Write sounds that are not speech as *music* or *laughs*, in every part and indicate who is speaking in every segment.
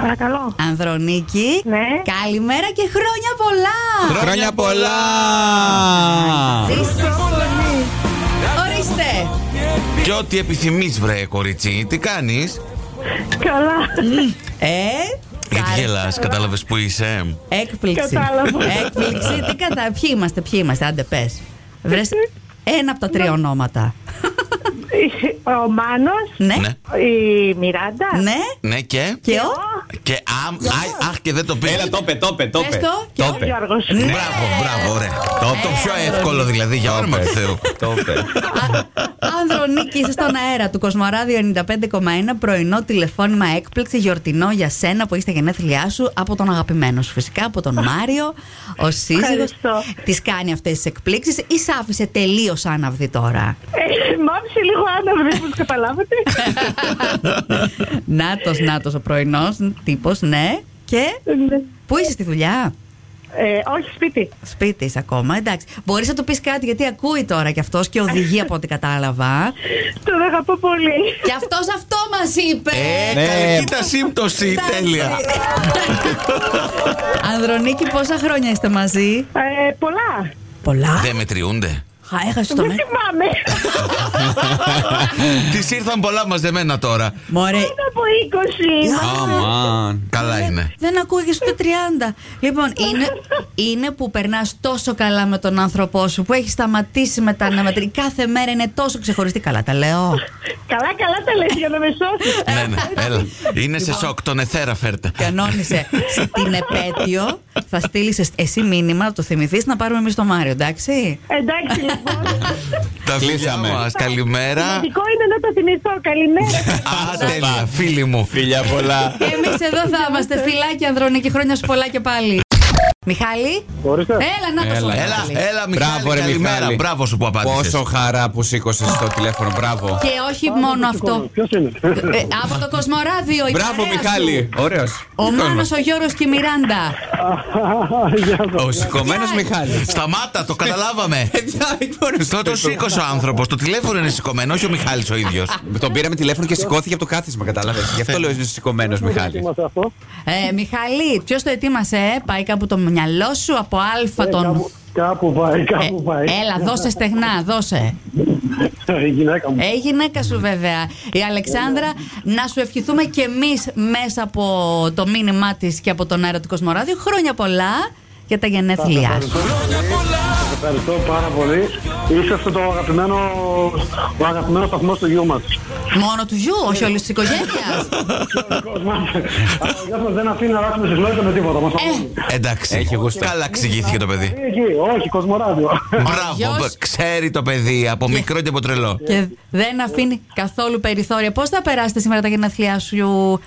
Speaker 1: Παρακαλώ.
Speaker 2: Ανδρονίκη.
Speaker 1: Ναι.
Speaker 2: Καλημέρα και χρόνια πολλά.
Speaker 3: Χρόνια πολλά!
Speaker 2: Ζήσεις. Ορίστε.
Speaker 3: Και ό,τι επιθυμείς βρε κορίτσι, τι κάνεις
Speaker 1: Καλά.
Speaker 2: Ε.
Speaker 3: Γιατί
Speaker 2: άρεσε.
Speaker 3: γελάς, κατάλαβες που είσαι
Speaker 2: Έκπληξη.
Speaker 1: Κατάλαβα.
Speaker 2: Έκπληξη. Τι κατά. Ποιοι είμαστε, ποιοι είμαστε. Άντε πες. Βρες ένα από τα τρία ονόματα.
Speaker 1: Ο Μάνος,
Speaker 2: Ναι.
Speaker 1: η Μιράντα.
Speaker 2: Ναι.
Speaker 3: Ναι και
Speaker 2: Και ο.
Speaker 3: Και αμ, αι, αχ και δεν το πεις
Speaker 4: Έλα, το πε, το πε, το
Speaker 2: Πες
Speaker 4: πε.
Speaker 2: το, ποιο?
Speaker 4: πε.
Speaker 1: Γιώργος.
Speaker 2: Ναι.
Speaker 3: Μπράβο, μπράβο, ωραία Το, το πιο
Speaker 2: Έλα,
Speaker 3: εύκολο δηλαδή για
Speaker 4: Το
Speaker 3: όνομα
Speaker 4: πε.
Speaker 3: του Θεού
Speaker 4: Το πε.
Speaker 2: Α- Ανδρονίκη, είσαι στον αέρα του Κοσμοράδιο 95,1 πρωινό τηλεφώνημα έκπληξη γιορτινό για σένα που είστε γενέθλιά σου από τον αγαπημένο σου φυσικά, από τον Μάριο, ο σύζυγος
Speaker 1: Ευχαριστώ.
Speaker 2: Τη κάνει αυτές τις εκπλήξεις ή σ' άφησε τελείως άναυδη τώρα.
Speaker 1: Ε, Μ' άφησε λίγο άναυδη, μήπως καταλάβατε.
Speaker 2: νάτος, νάτος ο πρωινός τύπος, ναι. Και
Speaker 1: Ναι.
Speaker 2: πού είσαι στη δουλειά,
Speaker 1: Ε, όχι σπίτι.
Speaker 2: σπίτι είσαι ακόμα, εντάξει. Μπορείς να του πεις κάτι γιατί ακούει τώρα κι αυτός και οδηγεί από ό,τι κατάλαβα.
Speaker 1: Τον αγαπώ πολύ.
Speaker 2: και αυτός αυτό μας είπε.
Speaker 3: Ε,
Speaker 4: Ναι.
Speaker 3: καλή τα σύμπτωση, τέλεια
Speaker 2: Ανδρονίκη, πόσα χρόνια είστε μαζί.
Speaker 1: Ε, πολλά.
Speaker 2: Πολλά.
Speaker 3: Δεν μετριούνται
Speaker 2: Χα, έχασε το
Speaker 1: Δεν
Speaker 2: μέτρο.
Speaker 1: θυμάμαι.
Speaker 3: *laughs* Τις ήρθαν πολλά μαζεμένα τώρα
Speaker 2: Μωρέ.
Speaker 1: Είναι από 20.
Speaker 4: Αμάν.
Speaker 3: Καλά είναι
Speaker 2: Δεν ακούγες ούτε 30. Λοιπόν, είναι, είναι που περνάς τόσο καλά με τον άνθρωπό σου, που έχεις σταματήσει με τα αναμετρή. Κάθε μέρα είναι τόσο ξεχωριστή. Καλά, τα λέω.
Speaker 1: Καλά, καλά τα λες για να με σώσεις.
Speaker 3: Ναι, ναι, έλα. Είναι σε σοκ, τον εθέρα φέρτε.
Speaker 2: Κανόνισε στην επέτειο. Θα στείλεις εσύ μήνυμα, να το θυμηθείς, να πάρουμε εμείς το Μάριο, εντάξει.
Speaker 1: Εντάξει λοιπόν.
Speaker 3: Τα φιλιά
Speaker 4: Κλείσαμε.
Speaker 3: μας,
Speaker 2: *laughs*
Speaker 3: καλημέρα.
Speaker 1: Σημαντικό είναι να το θυμηθώ. Καλημέρα.
Speaker 3: Α, τέλεια, φίλοι μου.
Speaker 4: Φιλιά πολλά.
Speaker 2: Εμείς εδώ θα είμαστε. Φιλάκια, Ανδρονίκη, χρόνια σου πολλά και πάλι. Μιχάλη. Έλα, να το σου
Speaker 3: Έλα,
Speaker 2: Μιχάλη.
Speaker 3: έλα, Μιχάλη,
Speaker 4: Μπράβο, ρε
Speaker 3: καλημέρα.
Speaker 4: Μιχάλη.
Speaker 3: Μπράβο σου που απάντησες.
Speaker 4: Πόσο χαρά που σήκωσες το τηλέφωνο, μπράβο.
Speaker 2: Και όχι μόνο αυτό.
Speaker 5: Ποιος είναι.
Speaker 2: Ε, από το Κοσμοράδιο, η
Speaker 4: Μπράβο,
Speaker 2: παρέα σου.
Speaker 4: Μιχάλη. Ωραίος.
Speaker 2: Ο Μάνος, ο Γιώργος και η Μιράντα.
Speaker 5: *laughs*
Speaker 4: Ο σηκωμένος
Speaker 3: Ε,
Speaker 2: Γεια.
Speaker 4: Μιχάλης.
Speaker 3: Σταμάτα, το καταλάβαμε.
Speaker 4: Παιδιά, δεν μπορούσα
Speaker 3: Το το σήκωσε ο άνθρωπος. Το τηλέφωνο είναι σηκωμένο, όχι ο Μιχάλης ο ίδιος.
Speaker 4: Τον πήραμε τηλέφωνο και σηκώθηκε από το κάθισμα, κατάλαβες. Γι' αυτό λέω είναι σηκωμένος Μιχάλη.
Speaker 5: Είμαστε αυτό.
Speaker 2: Ε, Μιχαλή, ποιος το ετοίμασε, ε? πάει κάπου το μυαλό σου από Α
Speaker 5: Ε,
Speaker 2: τον.
Speaker 5: κάπου- Κάπου πάει,
Speaker 2: Ε,
Speaker 5: κάπου πάει.
Speaker 2: έλα, δώσε στεγνά, δώσε.
Speaker 5: Η γυναίκα μου.
Speaker 2: Ε, η γυναίκα σου βέβαια. Η Αλεξάνδρα, να σου ευχηθούμε και εμείς μέσα από το μήνυμά της και από τον αέρα του Κοσμοράδιου. Χρόνια πολλά για τα γενέθλιά σου.
Speaker 5: Σας Ευχαριστώ πάρα πολύ. Είσαστε το αγαπημένο, ο αγαπημένος σταθμός του γιού μας.
Speaker 2: Μόνο του γιου, όχι όλη της
Speaker 5: *laughs*
Speaker 2: οικογένειας. Ε.
Speaker 5: Αλλά ο γιος μας δεν αφήνει να αλλάξουμε συγχωρείτε με τίποτα.
Speaker 2: Ε.
Speaker 5: Μας αφήνει.
Speaker 3: Εντάξει.
Speaker 4: Έχει γούστο.
Speaker 3: Καλά εξηγήθηκε το παιδί.
Speaker 5: Εκεί, όχι, κοσμοράδιο.
Speaker 3: Μπράβο,
Speaker 2: γιος-
Speaker 3: μπ- ξέρει το παιδί από μικρό και από τρελό.
Speaker 2: και δεν αφήνει καθόλου περιθώρια. Πώς θα περάσετε σήμερα τα γενέθλιά σου,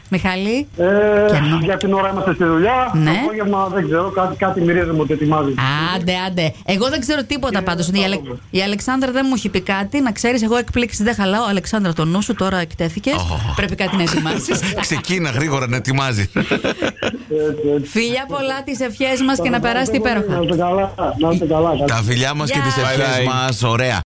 Speaker 2: Μιχαλή.
Speaker 5: Ε,
Speaker 2: Κενό.
Speaker 5: για την ώρα είμαστε στη δουλειά.
Speaker 2: Ναι.
Speaker 5: Το απόγευμα δεν ξέρω, κάτι, κάτι μυρίζομαι ότι ετοιμάζεις.
Speaker 2: Άντε, άντε. Εγώ δεν ξέρω τίποτα πάντω. Η, Αλε... η Αλεξάνδρα δεν μου έχει πει κάτι. Να ξέρεις, εγώ εκπλήξεις δεν χαλάω. Αλεξάνδρα, το νου σου τώρα εκτέθηκες.
Speaker 3: Ω.
Speaker 2: Πρέπει κάτι να ετοιμάσεις.
Speaker 3: *laughs* Ξεκίνα γρήγορα να
Speaker 2: *laughs*
Speaker 3: ετοιμάζει.
Speaker 5: Έτσι, έτσι.
Speaker 2: Φιλιά πολλά, τις ευχές μας και να περάσετε
Speaker 5: Να
Speaker 2: υπέροχα.
Speaker 5: είστε καλά, να είστε καλά.
Speaker 3: Τα φιλιά μας και
Speaker 2: Γεια.
Speaker 3: τι ευχές
Speaker 4: Bye, bye.
Speaker 3: μας. Ωραία.